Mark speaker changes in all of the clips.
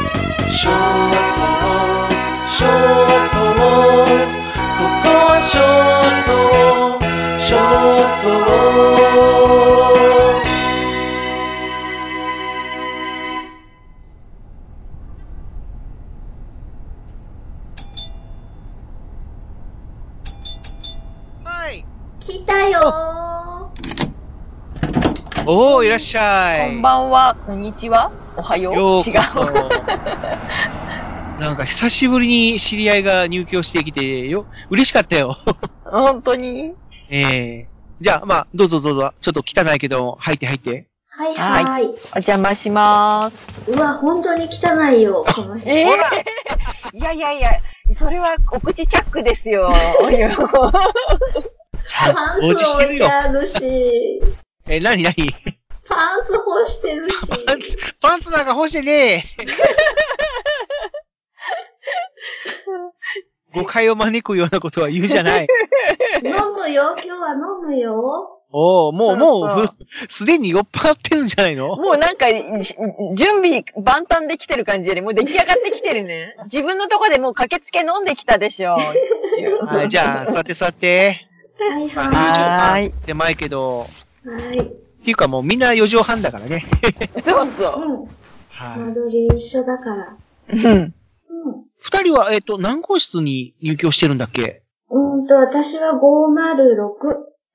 Speaker 1: 昭和ソロ昭和ソロここは昭和ソロ昭和ソロ
Speaker 2: 来たよ
Speaker 3: おお、いらっしゃ
Speaker 4: こ
Speaker 3: い。
Speaker 4: んばんは、こんにちは、おはよう。
Speaker 3: ようこそ
Speaker 4: 違う。
Speaker 3: なんか久しぶりに知り合いが入居してきてよ、嬉しかったよ。
Speaker 4: 本当に
Speaker 3: ええじゃあ、まあ、どうぞどうぞ。ちょっと汚いけど、入って入って。
Speaker 2: はいはい。
Speaker 4: はお邪魔します。
Speaker 2: うわ、本当に汚いよ、この辺。
Speaker 4: ええ いやいやいや、それはお口チャックですよ。お湯
Speaker 3: ちゃんと
Speaker 2: パン
Speaker 3: 掃除
Speaker 2: ツ
Speaker 3: してる
Speaker 2: 置いて
Speaker 3: よ。
Speaker 2: あるし、
Speaker 3: え、なになに
Speaker 2: パンツ干してるし、
Speaker 3: パンツ、パンツなんか干して ねえ。誤解を招くようなことは言うじゃ ない。
Speaker 2: 飲むよ、今日は飲むよ。
Speaker 3: おおもう、も
Speaker 4: そう
Speaker 3: う
Speaker 4: そ、
Speaker 3: すでに酔っ払ってるんじゃないの
Speaker 4: もうなんか、じ準備万端できてる感じより、もう出来上がってきてるね。自分のとこでもう駆けつけ飲んできたでしょ。
Speaker 3: はい、じ ゃあ、座って座って。
Speaker 2: はい
Speaker 3: ま
Speaker 2: は
Speaker 3: あ
Speaker 4: はーい
Speaker 3: 4畳半狭いけど、
Speaker 2: い。はい。
Speaker 3: っていうかもうみんな4畳半だからね。
Speaker 4: そう そう。
Speaker 2: うん。間
Speaker 3: はい。
Speaker 2: 取り一緒だから。
Speaker 4: うん。
Speaker 2: うん。
Speaker 3: 二人は、えっ、と、何号室に入居してるんだっけ
Speaker 2: うーんと、私は506。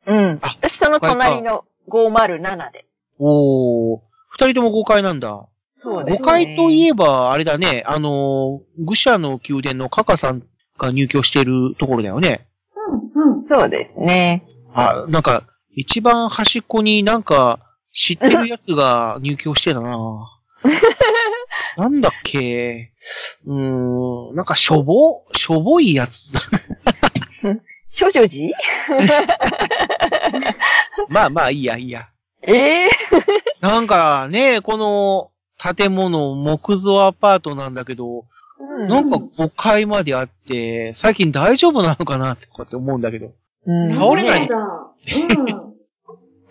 Speaker 4: うん。
Speaker 3: あ
Speaker 4: 私その隣の507で。
Speaker 3: おー。二人とも5階なんだ。
Speaker 4: そうです
Speaker 3: 5
Speaker 4: ね
Speaker 3: 階といえば、あれだね、あのー、愚者の宮殿のカカさんが入居してるところだよね。
Speaker 2: うん、うん。
Speaker 4: そうですね。
Speaker 3: あ、なんか、一番端っこになんか、知ってるやつが入居してた ななんだっけうーん、なんかしょぼ、しょぼいやつだ。
Speaker 4: 少女寺
Speaker 3: まあまあ、いいや、いいや。
Speaker 4: ええ
Speaker 3: なんかね、この建物、木造アパートなんだけど、
Speaker 4: うん
Speaker 3: なんか5階まであって、最近大丈夫なのかなってこうやって思うんだけど。
Speaker 4: うん
Speaker 3: 倒れない
Speaker 2: んだ。うん。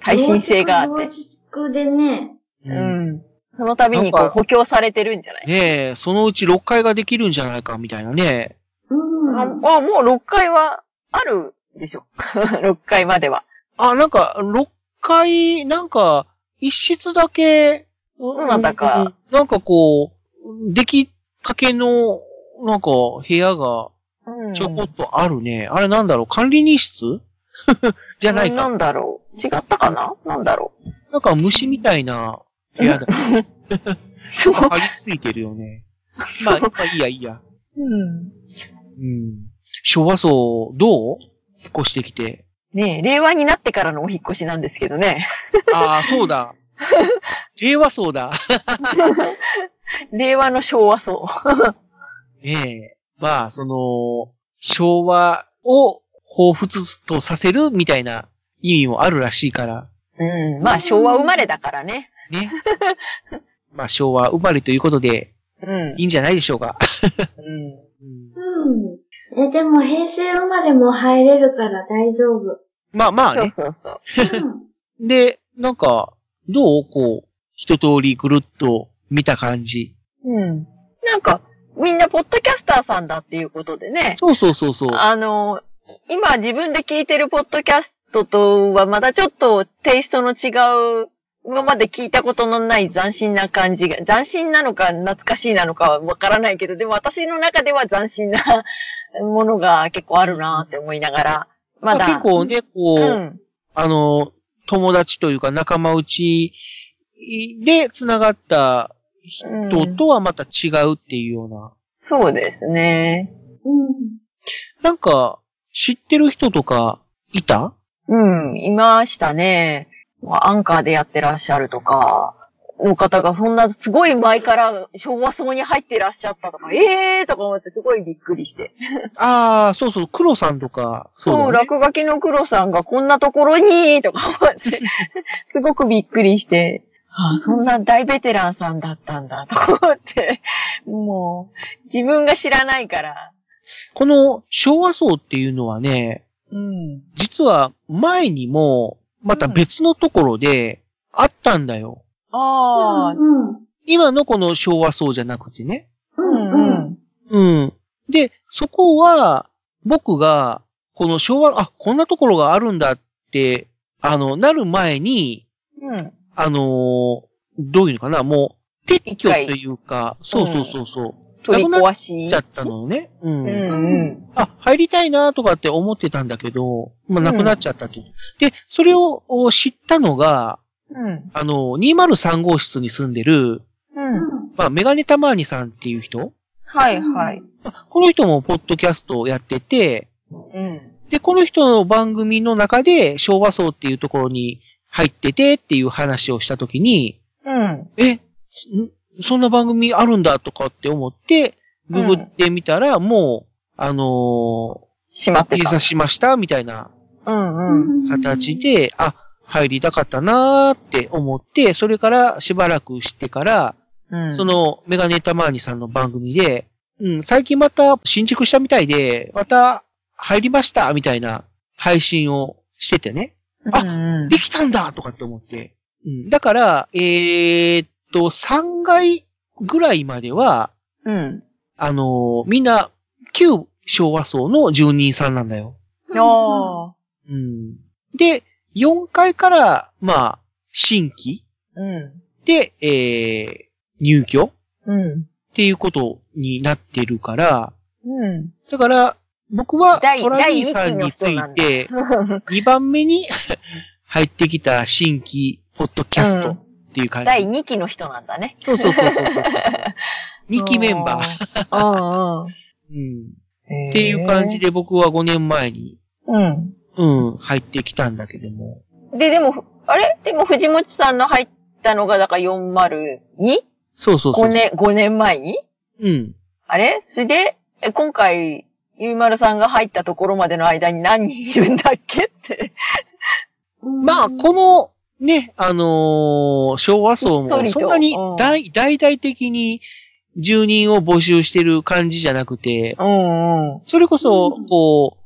Speaker 4: 耐震性があって。
Speaker 2: 増築でね。
Speaker 4: う
Speaker 3: ね
Speaker 4: ん。その度
Speaker 3: な
Speaker 4: にこ
Speaker 3: ん
Speaker 4: う
Speaker 3: か
Speaker 4: 補強されてるんじゃない
Speaker 3: え、そのうち6階ができるんじゃないかみたいなね。
Speaker 2: うん。
Speaker 4: あ、あもう6階はあるでしょ。6階までは。
Speaker 3: あ、なんか6階、なんか一室だけ、
Speaker 4: どなた
Speaker 3: う
Speaker 4: か
Speaker 3: ん。なんかこう、出来かけの、なんか部屋が
Speaker 4: うん
Speaker 3: ちょこっとあるね。あれなんだろう管理人室 じゃないか。
Speaker 4: なんだろう。違ったかななんだろ
Speaker 3: なんか虫みたいな部屋だ。
Speaker 4: う。すごい。
Speaker 3: 張り付いてるよね。まあ、まあいいや、いいや。
Speaker 4: うん
Speaker 3: うん。昭和層、どう引っ越してき て。
Speaker 4: ねえ、令和になってからのお引っ越しなんですけどね。
Speaker 3: ああ、そう だ。令和層だ。
Speaker 4: 令和の昭和層。
Speaker 3: ねえ。まあ、その、昭和を彷彿とさせるみたいな意味もあるらしいから。
Speaker 4: うん。まあ昭和生まれだからね。
Speaker 3: ね。まあ、昭和生まれということで、
Speaker 4: うん
Speaker 3: いいんじゃないでしょうか。
Speaker 4: うん。
Speaker 3: うん
Speaker 2: うん。え、でも平成生まれも入れるから大丈夫。
Speaker 3: まあまあ
Speaker 4: そう
Speaker 3: ね。
Speaker 4: そうそう。
Speaker 2: うん。
Speaker 3: で、なんか、どうこう、一通りぐるっと見た感じ。
Speaker 4: うん。なんか、みんなポッドキャスターさんだっていうことでね。
Speaker 3: そうそうそうそう。
Speaker 4: あの、今自分で聞いてるポッドキャストとはまだちょっとテイストの違う、今まで聞いたことのない斬新な感じが、斬新なのか懐かしいなのかはわからないけど、でも私の中では斬新なものが結構あるなって思いながら、まだ。
Speaker 3: 結構ね、こう、
Speaker 4: うん。
Speaker 3: あの、友達というか仲間内で繋がった人とはまた違うっていうような。
Speaker 4: そうですね。
Speaker 2: うん。
Speaker 3: なんか、知ってる人とか、いた
Speaker 4: うん、いましたね。アンカーでやってらっしゃるとか、の方がそんなすごい前から昭和層に入ってらっしゃったとか、ええーとか思ってすごいびっくりして。
Speaker 3: ああ、そうそう、黒さんとか、
Speaker 4: そう,、
Speaker 3: そうだ、ね。
Speaker 4: 落書きの黒さんがこんなところに、とか思って、 すごくびっくりして、ああそんな大ベテランさんだったんだ、とか思って、もう、自分が知らないから。
Speaker 3: この昭和層っていうのはね、
Speaker 4: うん。
Speaker 3: 実は前にも、また別のところで、あったんだよ。
Speaker 4: あ
Speaker 2: う
Speaker 4: あ、
Speaker 2: ん。
Speaker 3: 今のこの昭和層じゃなくてね。
Speaker 2: うん。う
Speaker 3: うん。で、そこは、僕が、この昭和、あ、こんなところがあるんだって、あの、なる前に、
Speaker 4: うん。
Speaker 3: あのーどういうのかな、もう、撤
Speaker 4: 一
Speaker 3: 去と
Speaker 4: 回
Speaker 3: いうか、そうそうそうそう、
Speaker 4: 取り壊し
Speaker 3: しちゃったのね。うん。
Speaker 4: うんうん。
Speaker 3: あ、入りたいなとかって思ってたんだけど、まあ、なくなっちゃったって、で、それをお知ったのが、
Speaker 4: うん。
Speaker 3: あの、203号室に住んでる、
Speaker 2: う
Speaker 4: うん。
Speaker 2: ん。
Speaker 3: まあ、メガネタマーニさんっていう人
Speaker 4: はいはい。
Speaker 3: この人もポッドキャストをやってて、
Speaker 4: うん。
Speaker 3: で、この人の番組の中で昭和層っていうところに入っててっていう話をしたときに、
Speaker 4: うん。
Speaker 3: え、んそんな番組あるんだとかって思って、ググってみたら、もう、あのー、
Speaker 4: 閉まって
Speaker 3: 閉
Speaker 4: た
Speaker 3: 鎖。しましたみたいな
Speaker 4: うんうん。
Speaker 3: 形で、あ、入りたかったなーって思って、それからしばらくしてから、
Speaker 4: うん。
Speaker 3: そ、のメガネタマーニさんの番組で、うん、最近また新築したみたいで、また入りましたみたいな配信をしててね。あ
Speaker 4: うんうん
Speaker 3: できたんだとかって思って。うん、だから、えーっと、3階ぐらいまでは、
Speaker 4: うん。
Speaker 3: あのーみんな、旧昭和層の住人さんなんだよ。
Speaker 4: ああ。
Speaker 3: うん。で、4階から、まあ、新規
Speaker 4: うん。
Speaker 3: で、えー、入居っ
Speaker 4: うん。
Speaker 3: ていうことになってるから、
Speaker 4: うん。
Speaker 3: だから、僕は、
Speaker 4: 第
Speaker 3: トラリーさんにつ
Speaker 4: 第二期の人ないん
Speaker 3: て、2番 目に入ってきた新規ポッドキャストっていう感じ。
Speaker 4: 第2期の人なんだね。
Speaker 3: そうそうそうそうそうそう。2期メンバ ー。
Speaker 4: ー。うんうん。
Speaker 3: うん。
Speaker 4: っ
Speaker 3: っていう感じ。で僕は5年前に、
Speaker 4: うん。
Speaker 3: うん、入ってきたんだけども。
Speaker 4: で、でも、あれでも藤本さんの入ったのが、だから 402?5
Speaker 3: そうそうそう。。
Speaker 4: 年、5年前に
Speaker 3: うん。
Speaker 4: あれそれで、え今回、ゆいまるさんが入ったところまでの間に何人いるんだっけって。
Speaker 3: まあ、この、ね、あのー昭和層
Speaker 4: ひっそ
Speaker 3: も、
Speaker 4: りと
Speaker 3: そんなに
Speaker 4: うん
Speaker 3: 大、大々的に住人を募集してる感じじゃなくて、
Speaker 4: うんうん。
Speaker 3: それこそ
Speaker 2: うん、
Speaker 3: こう、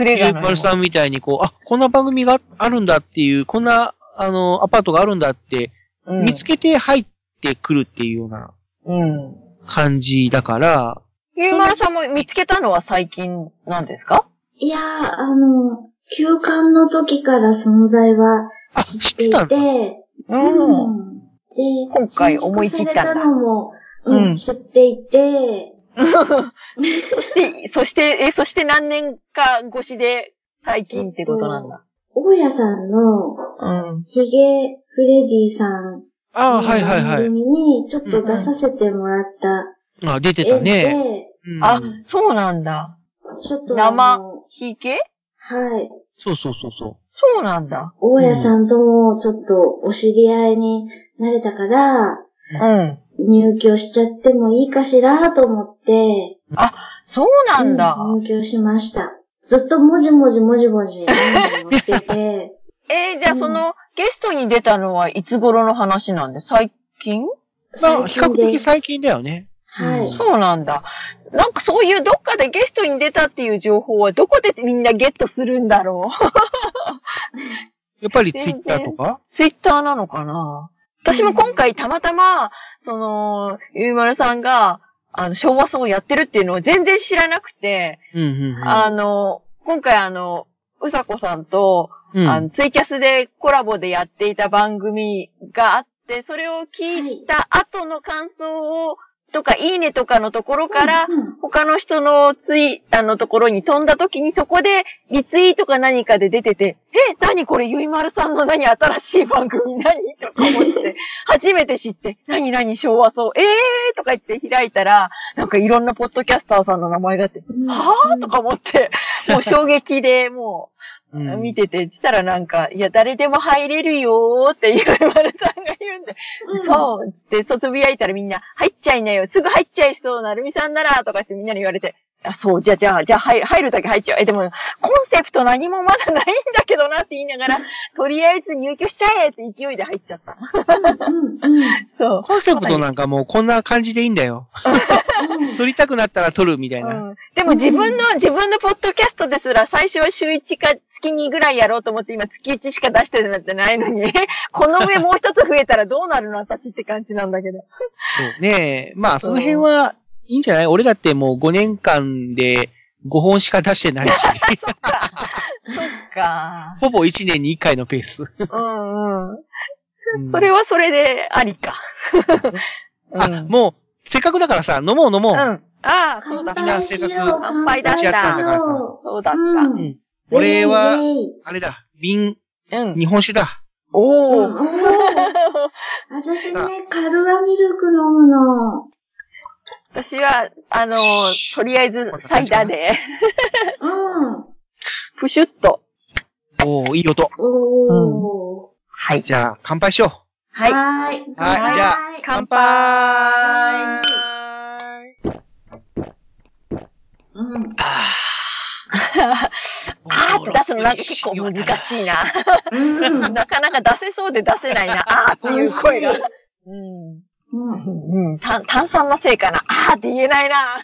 Speaker 4: 隠れ
Speaker 3: ゆ
Speaker 4: 家
Speaker 3: う
Speaker 4: のような。
Speaker 3: まるさんみたいに、こう、あ、こんな番組があるんだっていう、こんな、あの、アパートがあるんだって、
Speaker 4: うん
Speaker 3: 見つけて入ってくるっていうような
Speaker 4: うん。
Speaker 3: 感じだから、
Speaker 4: ゆいまるさんも見つけたのは最近なんですか
Speaker 2: いやー、あの、休館の時から存在は
Speaker 3: あ、
Speaker 2: 知
Speaker 3: 知っ
Speaker 2: っ
Speaker 3: てて
Speaker 2: い
Speaker 3: たん
Speaker 2: て、
Speaker 3: だ。
Speaker 4: う
Speaker 2: う。ん。で、
Speaker 4: 今回思い切ったんだ
Speaker 2: 新築されたのも、
Speaker 4: う
Speaker 2: うんん、知っていて、
Speaker 4: で そして、え、そして何年か越しで最近ってことなんだ。
Speaker 2: 大家さんの
Speaker 4: うん。
Speaker 2: ヒゲフレディさん
Speaker 3: あ
Speaker 2: の
Speaker 3: あ、はいはいは
Speaker 2: 番
Speaker 3: い。
Speaker 2: 組にちょっと出させてもらった
Speaker 3: あ、出て
Speaker 2: 絵
Speaker 3: た
Speaker 2: で、
Speaker 3: ね。うん
Speaker 4: あ、そうなんだ。
Speaker 2: ちょっとあ
Speaker 4: 生
Speaker 2: の、
Speaker 4: ひ
Speaker 2: は
Speaker 4: げ
Speaker 2: い、
Speaker 3: そうそうそうそ
Speaker 4: そうなんだ。
Speaker 2: 大家さんともちょっとお知り合いになれたから、
Speaker 4: うん。
Speaker 2: 入居しちゃってもいいかしらと思って、
Speaker 4: そうなんだ。
Speaker 2: うん入居しました。ずっともじもじもじもじ何をしてて、
Speaker 4: えーじゃあ
Speaker 2: うん
Speaker 4: その、ゲストに出たのはいつ頃の話なんで最近
Speaker 3: う。まあ、比
Speaker 2: 最
Speaker 3: 較
Speaker 2: 近で
Speaker 3: 的
Speaker 2: す
Speaker 3: 最近だよね。
Speaker 2: はい。
Speaker 4: そうなんだ。なんかそういうどっかでゲストに出たっていう情報はどこでみんなゲットするんだろう
Speaker 3: やっぱりツイッターとか
Speaker 4: ツイッターなのかな私も今回たまたま、その、ゆうまるさんが、あの、昭和層をやってるっていうのを全然知らなくて、
Speaker 3: うんうんうん。
Speaker 4: あの、今回あの、うさこさんと、
Speaker 3: うん
Speaker 4: あの、ツイキャスでコラボでやっていた番組があって、それを聞いた後の感想を、とか、いいねとかのところから、
Speaker 2: うん
Speaker 4: 他の人のツイ、あのところに飛んだ時にそこでリツイートか何かで出てて、え、何これゆいまるさんの何新しい番組何とか思って、初めて知って、何何昭和そう、えーとか言って開いたら、なんかいろんなポッドキャスターさんの名前があって、
Speaker 2: うん
Speaker 4: はぁとか思って、もう衝撃でも
Speaker 3: う
Speaker 4: う、
Speaker 3: ん
Speaker 4: 見てて、したらなんか、いや、誰でも入れるよーって言われさんが言うんで、
Speaker 2: うん
Speaker 4: そうって、そうつぶやいたらみんな、入っちゃいなよ、すぐ入っちゃいそう、なるみさんなら、とかってみんなに言われて、あ、そう、じゃあ、じゃあ、じゃあ、入入るだけ入っちゃう。え、でも、コンセプト何もまだないんだけどなって言いながら、 とりあえず入居しちゃえって勢いで入っちゃった。
Speaker 2: うんうん
Speaker 4: そう。
Speaker 3: コンセプトなんかもうこんな感じでいいんだ よ。撮りたくなったら撮るみたいうな。
Speaker 4: ん、でも自分の、自分のポッドキャストですら、最初は週1か月2ぐらいやろうと思って、今月1しか出してるなんてないのに、 この 上もう一つ増えたらどうなるの私って感じなんだけど。
Speaker 3: そうねまあ、その辺はいいんじゃない俺だってもう5年間で5本しか出して ないし、
Speaker 4: か。
Speaker 3: ほぼ1年に1回のペース。
Speaker 4: うんうん。
Speaker 3: うん
Speaker 4: それはそれでありか。うん
Speaker 3: あ、もう、せっかくだからさ、飲もう飲も
Speaker 4: う
Speaker 3: う。
Speaker 4: ん。ああ、そうだ
Speaker 3: み
Speaker 2: 乾
Speaker 3: んな
Speaker 2: 杯
Speaker 3: せっ
Speaker 2: し
Speaker 3: か
Speaker 2: よ
Speaker 3: く
Speaker 2: う。
Speaker 4: 乾杯だ
Speaker 2: しよ
Speaker 4: 乾杯し
Speaker 3: よ
Speaker 2: う。
Speaker 4: そうだっ
Speaker 2: うん
Speaker 3: うん俺
Speaker 2: イ
Speaker 3: は、
Speaker 2: ェイイェイ
Speaker 3: あれだ、瓶、
Speaker 4: た。うん。
Speaker 3: 日本酒だ。
Speaker 4: お
Speaker 2: う
Speaker 4: お。
Speaker 2: ん私ね、カルアミルク飲むの。
Speaker 4: 私は、あの、とりあえず、サイダーで、
Speaker 2: うん。
Speaker 4: プシュッと。
Speaker 3: おー、いい音。
Speaker 2: おー。
Speaker 4: はい。
Speaker 3: じゃあ、乾杯しよ
Speaker 4: はい。
Speaker 2: はーい。
Speaker 3: う。はい、じゃあ、乾
Speaker 4: 乾杯
Speaker 3: 杯
Speaker 2: うん。
Speaker 3: あ
Speaker 4: あーって出すのなんか結構難しいな。
Speaker 2: うん。
Speaker 4: なかなか出せそうで出せないな。あーっていう声が。うん。
Speaker 2: うん。
Speaker 4: うん。炭炭酸のせいかな。あーって言えない な。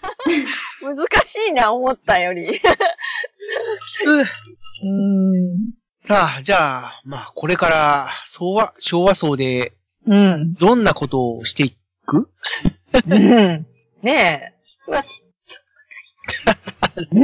Speaker 4: 難しいな、思ったより。
Speaker 3: うっ
Speaker 4: うん。
Speaker 3: さあ、じゃあ、まあ、これから、昭和、昭和層で、
Speaker 4: うん。
Speaker 3: どんなことをしていく
Speaker 4: うん。 ねえ。うわんな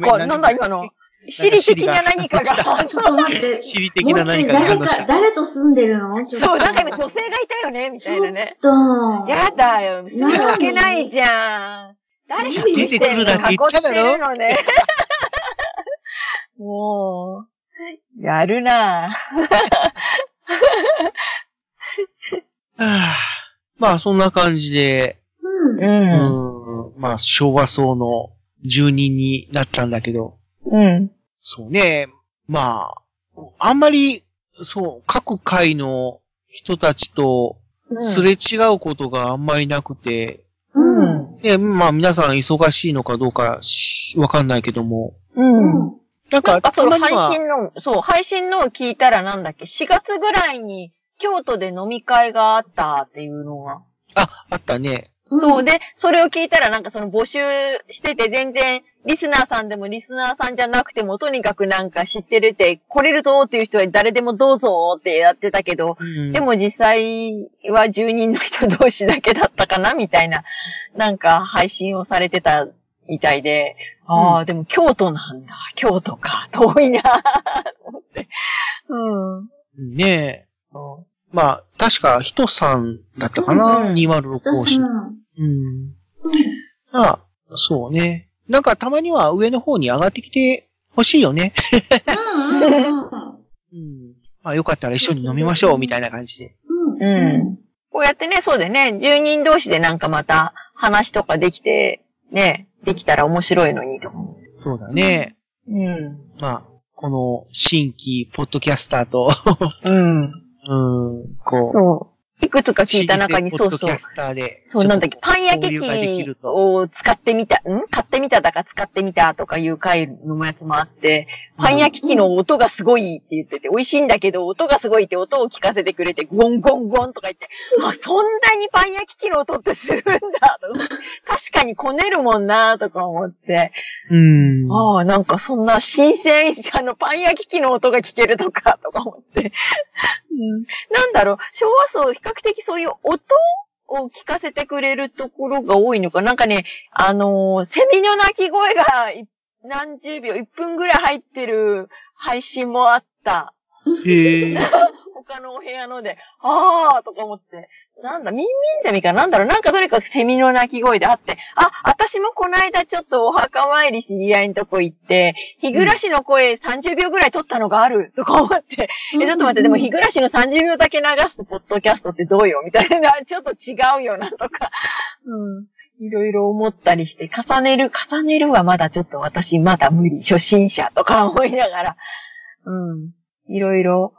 Speaker 3: ごめ
Speaker 4: か、
Speaker 3: ん
Speaker 4: なんだ今の。私利的な何
Speaker 3: な
Speaker 4: か
Speaker 3: ん
Speaker 4: が。
Speaker 2: ちょっと 待って。
Speaker 3: 地理的な何かに
Speaker 2: も
Speaker 3: 反応
Speaker 2: っち誰
Speaker 3: した
Speaker 2: か、。誰と住んでるのちょっと。
Speaker 4: そう、なんか今女性がいたよね、みたいなね。
Speaker 2: ちょっと。
Speaker 4: やだよ、するわけないじゃん。誰
Speaker 2: ち
Speaker 4: に
Speaker 2: ょっと
Speaker 4: 見
Speaker 3: 出て
Speaker 4: せんの
Speaker 3: くるなんて言っただろ
Speaker 4: 囲ってるのね。 もう、やるなぁ。。
Speaker 3: はあまあ、そんな感じで、
Speaker 2: うん。
Speaker 3: うんん、まあ、昭和層の住人になったんだけど、
Speaker 4: うん。
Speaker 3: そうね、まあ、あんまり、そう、各界の人たちとすれ違うことがあんまりなくて、
Speaker 2: うん。
Speaker 3: ね、まあ皆さん忙しいのかどうかしわかんないけども、
Speaker 4: うん。
Speaker 3: なん
Speaker 4: な
Speaker 3: か、
Speaker 4: んか
Speaker 3: た
Speaker 4: その
Speaker 3: まに
Speaker 4: 配
Speaker 3: は、
Speaker 4: 信の、そう、配信のを聞いたらなんだっけ、4月ぐらいに京都で飲み会があったっていうのが。
Speaker 3: あ、あったね。
Speaker 2: そ
Speaker 4: そう。で、それを聞いたらなんかその募集してて全然リスナーさんでもリスナーさんじゃなくてもとにかくなんか知ってるって来れるぞっていう人は誰でもどうぞってやってたけど、
Speaker 3: うん
Speaker 4: で、も実際は住人の人同士だけだったかなみたいな、なんか配信をされてたみたいで、ああ、でも京都なんだ。京都か。遠いな。と思って。うん。
Speaker 3: ねまあ、確か、ヒトさんだったか
Speaker 4: うんう
Speaker 3: な、
Speaker 4: ん
Speaker 3: 206
Speaker 2: ど
Speaker 3: 号
Speaker 2: うし
Speaker 3: 室
Speaker 2: た。の
Speaker 3: うん。まあ、そうね。なんかたまには上の方に上がってきてほしいよね。
Speaker 2: うんうんうん
Speaker 3: うん。まあよかったら一緒に飲みましょう、みたいな感じで。
Speaker 2: うん。
Speaker 4: うんこうやってね、そうでね、住人同士でなんかまた話とかできて、ね、できたら面白いのにとか。
Speaker 3: そうだね。
Speaker 4: うん。
Speaker 3: まあ、この新規ポッドキャスターと、
Speaker 4: う
Speaker 3: う
Speaker 4: ん。
Speaker 3: ん、こう。
Speaker 4: そう。いくつか聞いた中に、
Speaker 3: 老舗
Speaker 4: そ
Speaker 3: ポッ
Speaker 4: う
Speaker 3: ド
Speaker 4: そ
Speaker 3: キ
Speaker 4: う
Speaker 3: ャ。スターで。
Speaker 4: そう、なんだっけ、パン焼
Speaker 3: 交流ができる
Speaker 4: き器
Speaker 3: と
Speaker 4: を使ってみた、ん買ってみただか使ってみたとかいう回のやつもあって、パン焼き器の音がすごいって言ってて、美味しいんだけど、音がすごいって音を聞かせてくれて、ゴンゴンゴンとか言って、あ、そんなにパン焼き器の音ってするんだと思って確かにこねるもんなとか思って、
Speaker 3: うん。
Speaker 4: ああ、なんかそんな新鮮、あの、パン焼き器の音が聞けるとか、とか思って。 うん、なんだろう、昭和層、比較的そういう音を聞かせてくれるところが多いのか。なんかね、あのーセミの鳴き声がい何十秒、1分ぐらい入ってる配信もあった。
Speaker 3: へえ。
Speaker 4: 他のお部屋ので、あーとか思って。なんだ、ミンミンゼミかなんだろうなんかとにかくセミの鳴き声であって、あ、私もこの間ちょっとお墓参り知り合いのとこ行って、日暮らしの声30秒ぐらい撮ったのがあるとか思って、え、ちょっと待って、でも日暮らしの30秒だけ流すポッドキャストってどうよみたいな、ちょっと違うよなとか、うん。いろいろ思ったりして、重ねる、重ねるはまだちょっと私まだ無理、初心者とか思いながら、うん。いろいろ、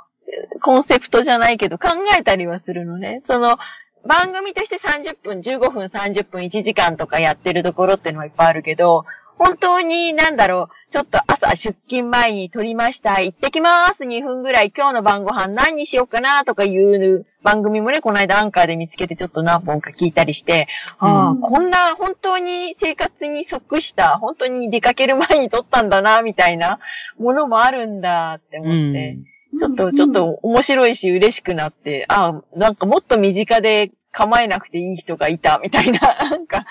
Speaker 4: コンセプトじゃないけど考えたりはするのね。その、番組として30分、15分、30分、1時間とかやってるところってのはいっぱいあるけど、本当になんだろう、ちょっと朝出勤前に撮りました、行ってきます、2分ぐらい、今日の晩ご飯何にしようかなとかいう番組もね、この間アンカーで見つけてちょっと何本か聞いたりして、ああ、
Speaker 2: うん
Speaker 4: こんな本当に生活に即した、本当に出かける前に撮ったんだな、みたいなものもあるんだって思
Speaker 3: う
Speaker 4: って。
Speaker 3: ん。
Speaker 4: ちょっと、ちょっと面白いし嬉しくなって、あなんかもっと身近で構えなくていい人がいた、みたいな、 なんか、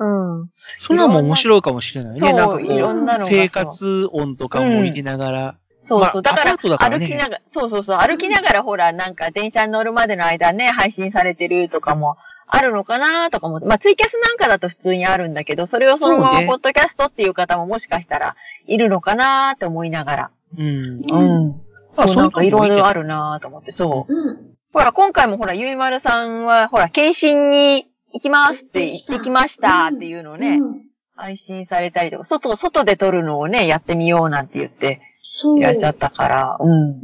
Speaker 4: うん。
Speaker 3: それはもう面白いかもしれない
Speaker 4: そう
Speaker 3: ね。なんか
Speaker 2: いろ
Speaker 3: こ
Speaker 2: ん
Speaker 4: な
Speaker 3: う、
Speaker 4: のが
Speaker 3: 生活音とかも入れながら。
Speaker 4: そう
Speaker 3: まあ
Speaker 4: そう。だか
Speaker 3: ア
Speaker 4: ら、
Speaker 3: パートだから
Speaker 4: 歩
Speaker 3: ね
Speaker 4: きながら、そうそうそう、歩きながらほら、なんか電車に乗るまでの間ね、配信されてるとかもあるのかなとかも、まあツイキャスなんかだと普通にあるんだけど、それをそのま
Speaker 3: そう
Speaker 4: ま
Speaker 3: ね
Speaker 4: ポッドキャストっていう方ももしかしたらいるのかなって思いながら。。
Speaker 3: うん。
Speaker 2: うん
Speaker 3: まあ、そ
Speaker 4: そう
Speaker 3: う
Speaker 4: ないん
Speaker 3: う
Speaker 4: か
Speaker 3: の
Speaker 4: いろ
Speaker 3: もい
Speaker 4: い
Speaker 3: いけ
Speaker 4: ろ
Speaker 3: ど
Speaker 4: あ。るなと思って、そう。
Speaker 2: うん。
Speaker 4: ほら、今回もほら、ゆいまるさんは、ほら、検診に行きますって行ってきましたっていうのをね、
Speaker 2: うん
Speaker 4: 配信されたりとか、外、外で撮るのをね、やってみようなんて言って
Speaker 2: そう。
Speaker 4: いらっしゃったから、うん。
Speaker 2: う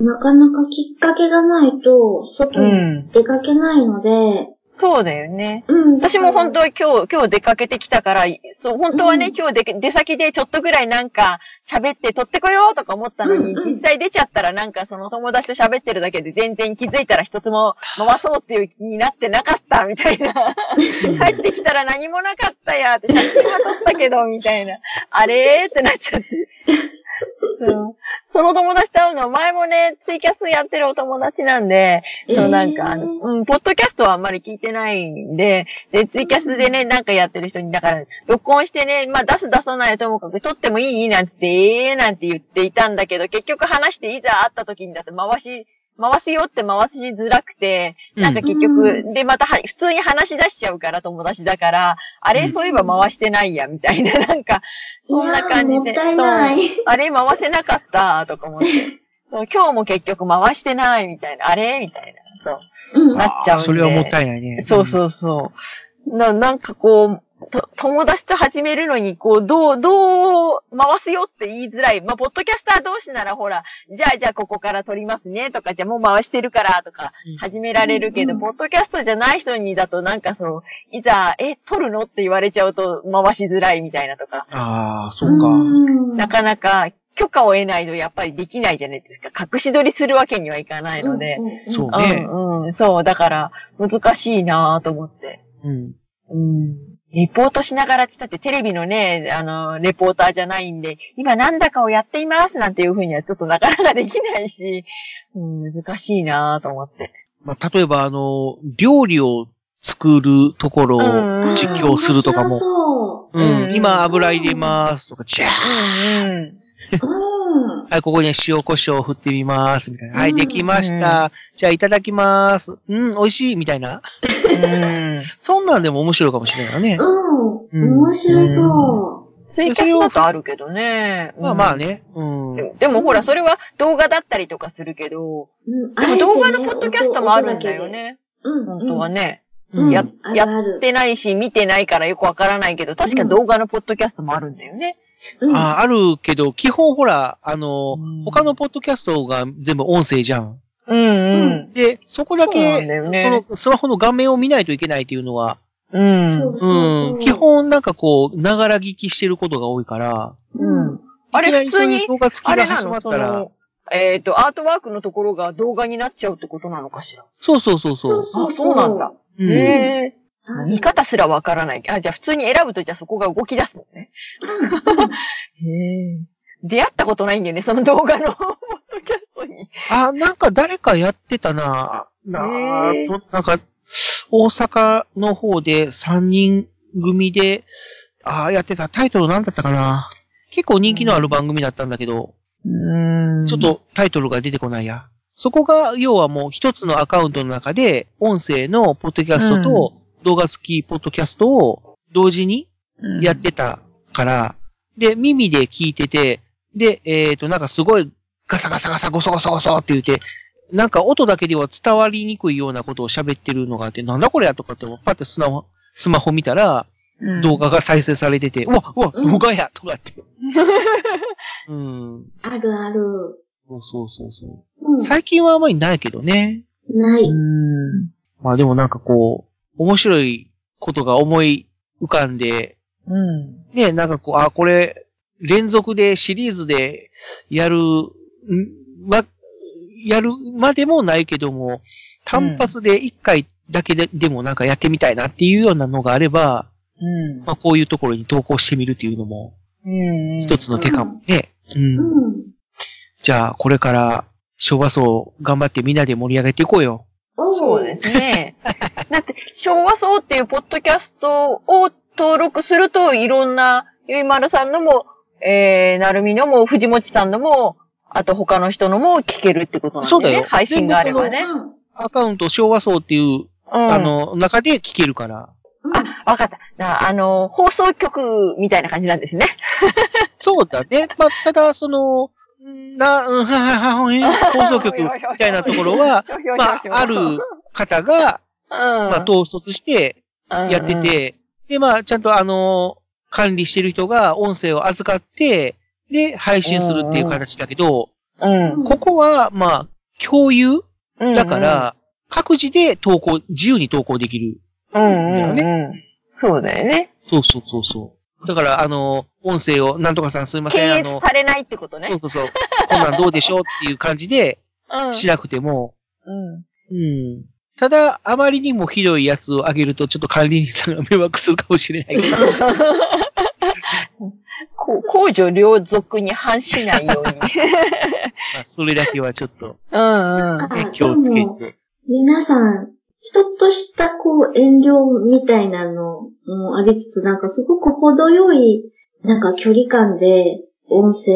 Speaker 3: うん。
Speaker 2: ん。なかなかきっかけがないと、外
Speaker 4: う
Speaker 2: に
Speaker 4: ん。
Speaker 2: 出かけないので、
Speaker 4: そうだよね。
Speaker 2: うん。
Speaker 4: 私も本当は今日、今日出かけてきたから、そう、本当はね、
Speaker 2: うん
Speaker 4: 今日出、出先でちょっとぐらいなんか喋って撮ってこようとか思ったのに、
Speaker 2: うんうん
Speaker 4: 実際出ちゃったらなんかその友達と喋ってるだけで全然気づいたら一つも回そうっていう気になってなかったみたいな。帰ってきたら何もなかったやって、写真は撮ったけど、みたいな。あれーってなっ ちゃって。そうその友達と会うのは前もね、ツイキャスやってるお友達なんで、
Speaker 2: えー
Speaker 4: そうなんか、あの、うん、ポッドキャストはあんまり聞いてないんで、で、ツイキャスでね、なんかやってる人に、だから、録音してね、まあ出す出さないともかく、撮ってもいいなんて、ええー、なんて言っていたんだけど、結局話していざ会った時にだって回し、回すよって回しづらくて、なんか結局、
Speaker 2: う
Speaker 4: で、または、普通に話し出しちゃうから、友達だから、あ
Speaker 3: う
Speaker 4: れ、
Speaker 3: ん
Speaker 4: そういえば回してないや、みたいな、 なんか、そんな感じ
Speaker 2: いやー
Speaker 4: で。
Speaker 2: もったいない。
Speaker 4: そうあれ、回せなかった、とか 思って。そう今日も結局回してない、みたいな。あれみたいな。そう。
Speaker 2: うん。
Speaker 4: なっちゃうんで
Speaker 3: あーそれはもったいないね。
Speaker 4: そうそうそう。な、なんかこう、と友達と始めるのに、こう、どう、どう回すよって言いづらい。まあ、ポッドキャスター同士ならほら、じゃあじゃあここから撮りますねとか、じゃあもう回してるからとか
Speaker 3: うん、
Speaker 4: 始められるけど、
Speaker 2: うん
Speaker 4: ポッドキャストじゃない人にだとなんかその、いざ、え、撮るのって言われちゃうと回しづらいみたいなとか、
Speaker 3: ああ、そうか。
Speaker 2: ん
Speaker 4: なかなか許可を得ないとやっぱりできないじゃないですか。隠し撮りするわけにはいかないので。
Speaker 2: うんうんうん
Speaker 3: そうね。
Speaker 4: うんうん、そう、だから、難しいなぁと思って。
Speaker 3: うん。
Speaker 4: うんレポートしながらって言ったってテレビのね、あの、レポーターじゃないんで、今なんだかをやっていますなんていうふうにはちょっとなかなかできないし、うん、難しいなぁと思って。
Speaker 3: まあ、例えば、あの、料理を作るところ
Speaker 4: う
Speaker 3: を、
Speaker 4: んうん
Speaker 3: 実況するとかも
Speaker 2: 面白そ
Speaker 3: うん
Speaker 4: うん
Speaker 3: 今油入れますとか、じゃあ、
Speaker 4: うんうん。
Speaker 2: う。うん。
Speaker 3: はい、ここに塩胡椒を振ってみます、みたいな。はい、
Speaker 2: うん
Speaker 3: できました。じゃあ、いただきます。うん、美味しい、みたいな。
Speaker 4: うん。
Speaker 3: そんなんでも面白いかもしれないよね。
Speaker 2: うん。
Speaker 3: うん
Speaker 2: 面白そう。
Speaker 4: ツイキャスだとあるけどね。
Speaker 3: まあまあね。うん。
Speaker 4: うん。でもでもほら、それは動画だったりとかするけど、
Speaker 2: うん。
Speaker 4: でも動画のポッドキャストもあるんだ
Speaker 2: あえ
Speaker 4: よ
Speaker 2: てね。
Speaker 4: ね。
Speaker 2: 音音だけでうん。
Speaker 4: 本当はね。
Speaker 3: うん
Speaker 4: や
Speaker 2: うんある
Speaker 4: や
Speaker 2: ある
Speaker 4: ってないし、見てないからよくわからないけど、確か動画のポッドキャストもあるんだよね。
Speaker 2: うん。
Speaker 3: ああるけど、基本ほら、あの、
Speaker 4: うん
Speaker 3: 他のポッドキャストが全部音声じゃん。
Speaker 4: うんうん。
Speaker 3: で、そこだ
Speaker 4: そう
Speaker 3: け、
Speaker 4: なん
Speaker 3: そ
Speaker 4: だよね
Speaker 3: の、スマホの画面を見ないといけないっていうのは、
Speaker 4: うん。
Speaker 2: そう
Speaker 3: う
Speaker 2: そうそ
Speaker 3: ん、
Speaker 2: う。
Speaker 3: 基本なんかこう、ながら聞きしてることが多いから、
Speaker 2: うん。
Speaker 4: あれ
Speaker 3: いきなり
Speaker 4: 普通
Speaker 3: そう
Speaker 4: に
Speaker 3: いう動画付き
Speaker 4: あれ
Speaker 3: が
Speaker 4: な
Speaker 3: 始ま
Speaker 4: の
Speaker 3: った
Speaker 4: そ
Speaker 3: ら
Speaker 4: の、、えっ、と、アートワークのところが動画になっちゃうってことなのかしら。
Speaker 3: そうそうそうそう。
Speaker 2: そうそう
Speaker 4: あそうなんだ。
Speaker 3: うん
Speaker 4: へえ。
Speaker 2: あ
Speaker 4: 見方すらわからない。あ、じゃあ普通に選ぶと、じゃあそこが動き出すのね。 へえ。出会ったことないんだよね、その動画の ポッドキャストに。
Speaker 3: あ、なんか誰かやってたななあ
Speaker 4: へー
Speaker 3: となんか、大阪の方で3人組で、あやってた。タイトルなんだったかな結構人気のある番組だったんだけど、
Speaker 4: うん
Speaker 3: ちょっ。とタイトルが出てこないや。そこが、要はもう一つのアカウントの中で、音声のポッドキャストと動画付きポッドキャストを同時にやっ。てたから、で、耳で聞いてて、で、えっ、と、なんかすごいガサガサガサゴソゴソゴソって言って、なんか音だけでは伝わりにくいようなことを喋ってるのがあって、なんだこれやとかって、パッてスマホ、スマホ見たら、動。画が再生されてて、うわ、うわ、
Speaker 2: うん
Speaker 3: 動画やとか って。うん。
Speaker 2: あるある。
Speaker 3: そうそうそうそうう。
Speaker 2: ん。
Speaker 3: 最近はあまりないけどね。
Speaker 2: な
Speaker 4: う
Speaker 2: い。
Speaker 4: ん。
Speaker 3: まあでもなんかこう、面白いことが思い浮かんで、
Speaker 4: うん。
Speaker 3: ね、なんかこう、あ、これ、連続でシリーズでやる、んま、やるまでもないけども、単発で一回だけで,、でもなんかやってみたいなっていうようなのがあれば、
Speaker 4: うん
Speaker 3: まあこういうところに投稿してみるっていうのも、
Speaker 4: うん。
Speaker 3: 一つの手かもね。うん。
Speaker 2: うん。
Speaker 3: じゃあ、これから、昭和層頑張ってみんなで盛り上げていこうよ。
Speaker 2: お
Speaker 4: そ
Speaker 2: お
Speaker 4: うですね。 だって、昭和層っていうポッドキャストを登録すると、いろんな、ゆいまるさんのも、えー、なるみのも、藤持さんのも、あと他の人のも聞けるってことなんで
Speaker 3: そう
Speaker 4: ね。
Speaker 3: だよ
Speaker 4: 配信があればね。
Speaker 3: アカウント昭和層っていう、
Speaker 4: うん。
Speaker 3: あ、の、中で聞けるから。
Speaker 2: あ、
Speaker 4: わかった。なあの、放送局みたいな感じなんですね。
Speaker 3: そうだね。まあ、ただ、その、な、うん、はははは、放送 局みたいなところは、まあ、ある方が、まあ、
Speaker 4: ま
Speaker 3: 統率してやってて、で、まあ、ちゃんとあの、管理してる人が音声を預かって、で、配信するっていう形だけど、
Speaker 4: うん。
Speaker 3: ここは、まあ、共有
Speaker 4: うん。
Speaker 3: だから、各自で投稿、自由に投稿できる。
Speaker 4: うん、うん、うん。そうだよね。
Speaker 3: そうそうそうそう。だから、あの、音声を、なんとかさんすいま
Speaker 4: 経
Speaker 3: せん、あ
Speaker 4: 営
Speaker 3: の、
Speaker 4: されないってことね
Speaker 3: そう。そうそう、こんなんどうでしょうっていう感じで
Speaker 4: うん。
Speaker 3: しなくても、
Speaker 4: うん。
Speaker 3: うん。ただ、あまりにもひどいやつをあげると、ちょっと管理人さんが迷惑するかもしれないけど。
Speaker 4: こう公序良俗に反しないように。
Speaker 3: まあ、それだけはちょっと、
Speaker 4: うんうん。
Speaker 3: ね
Speaker 2: あ、
Speaker 3: 気をつけ
Speaker 2: でも
Speaker 3: て。
Speaker 2: 皆さん、ちょっとしたこう遠慮みたいなのもありつつ、なんかすごく程よい、なんか距離感で音声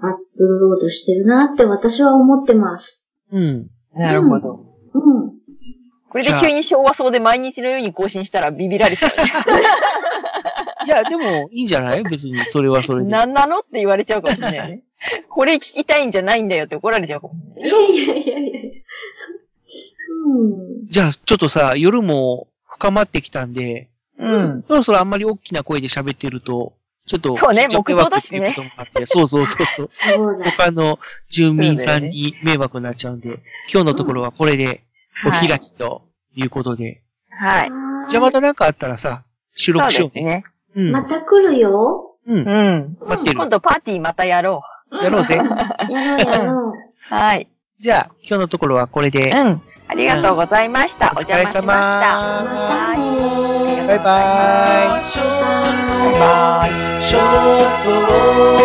Speaker 2: アップロードしてるなって私は思ってます。
Speaker 3: うん。
Speaker 4: なるほど。
Speaker 2: うん。
Speaker 4: これで急に昭和層で毎日のように更新したらビビられち ゃ
Speaker 3: いや、でも、いいんじゃない別に、それはそうれ
Speaker 4: ね。
Speaker 3: で。
Speaker 4: 何なのって言われちゃうかもしれない ね。これ聞きたいんじゃないんだよって怒られちゃうかもしれない。
Speaker 2: いやいやいやいや。うん。
Speaker 3: じゃあ、ちょっとさ、夜も深まってきたんで、
Speaker 4: うん。
Speaker 3: そろそろあんまり大きな声で喋ってると、ちょっと、
Speaker 4: そうね
Speaker 3: 緊張
Speaker 4: 木造だし
Speaker 3: 迷惑っていうこともあってそうそうそうそう。
Speaker 2: そうだ。
Speaker 3: 他の住民さんに迷惑になっちゃうんで、今日のところはこれでお開きということで。
Speaker 4: はい。
Speaker 3: じゃあまた何かあったらさ、収
Speaker 4: そう
Speaker 3: 録
Speaker 4: で
Speaker 3: しよ
Speaker 4: す
Speaker 3: うね。
Speaker 4: ね。
Speaker 3: うん。
Speaker 2: また来るよ。
Speaker 3: うん。
Speaker 4: うん。
Speaker 3: 待ってる
Speaker 4: 今。度パーティーまたやろ
Speaker 3: やろうぜ。
Speaker 2: やろうや ろう。
Speaker 4: う。はい。
Speaker 3: じゃあ、今日のところはこれ
Speaker 4: う
Speaker 3: で。
Speaker 4: ん。ありがとうございました。
Speaker 3: うん
Speaker 4: お邪魔
Speaker 3: お疲れ
Speaker 4: しました。
Speaker 3: 様
Speaker 4: はい。
Speaker 2: またね
Speaker 4: ありがとうございます
Speaker 3: バイバーイ。
Speaker 1: 少
Speaker 4: バイ
Speaker 1: 々
Speaker 4: バイ。
Speaker 1: 少々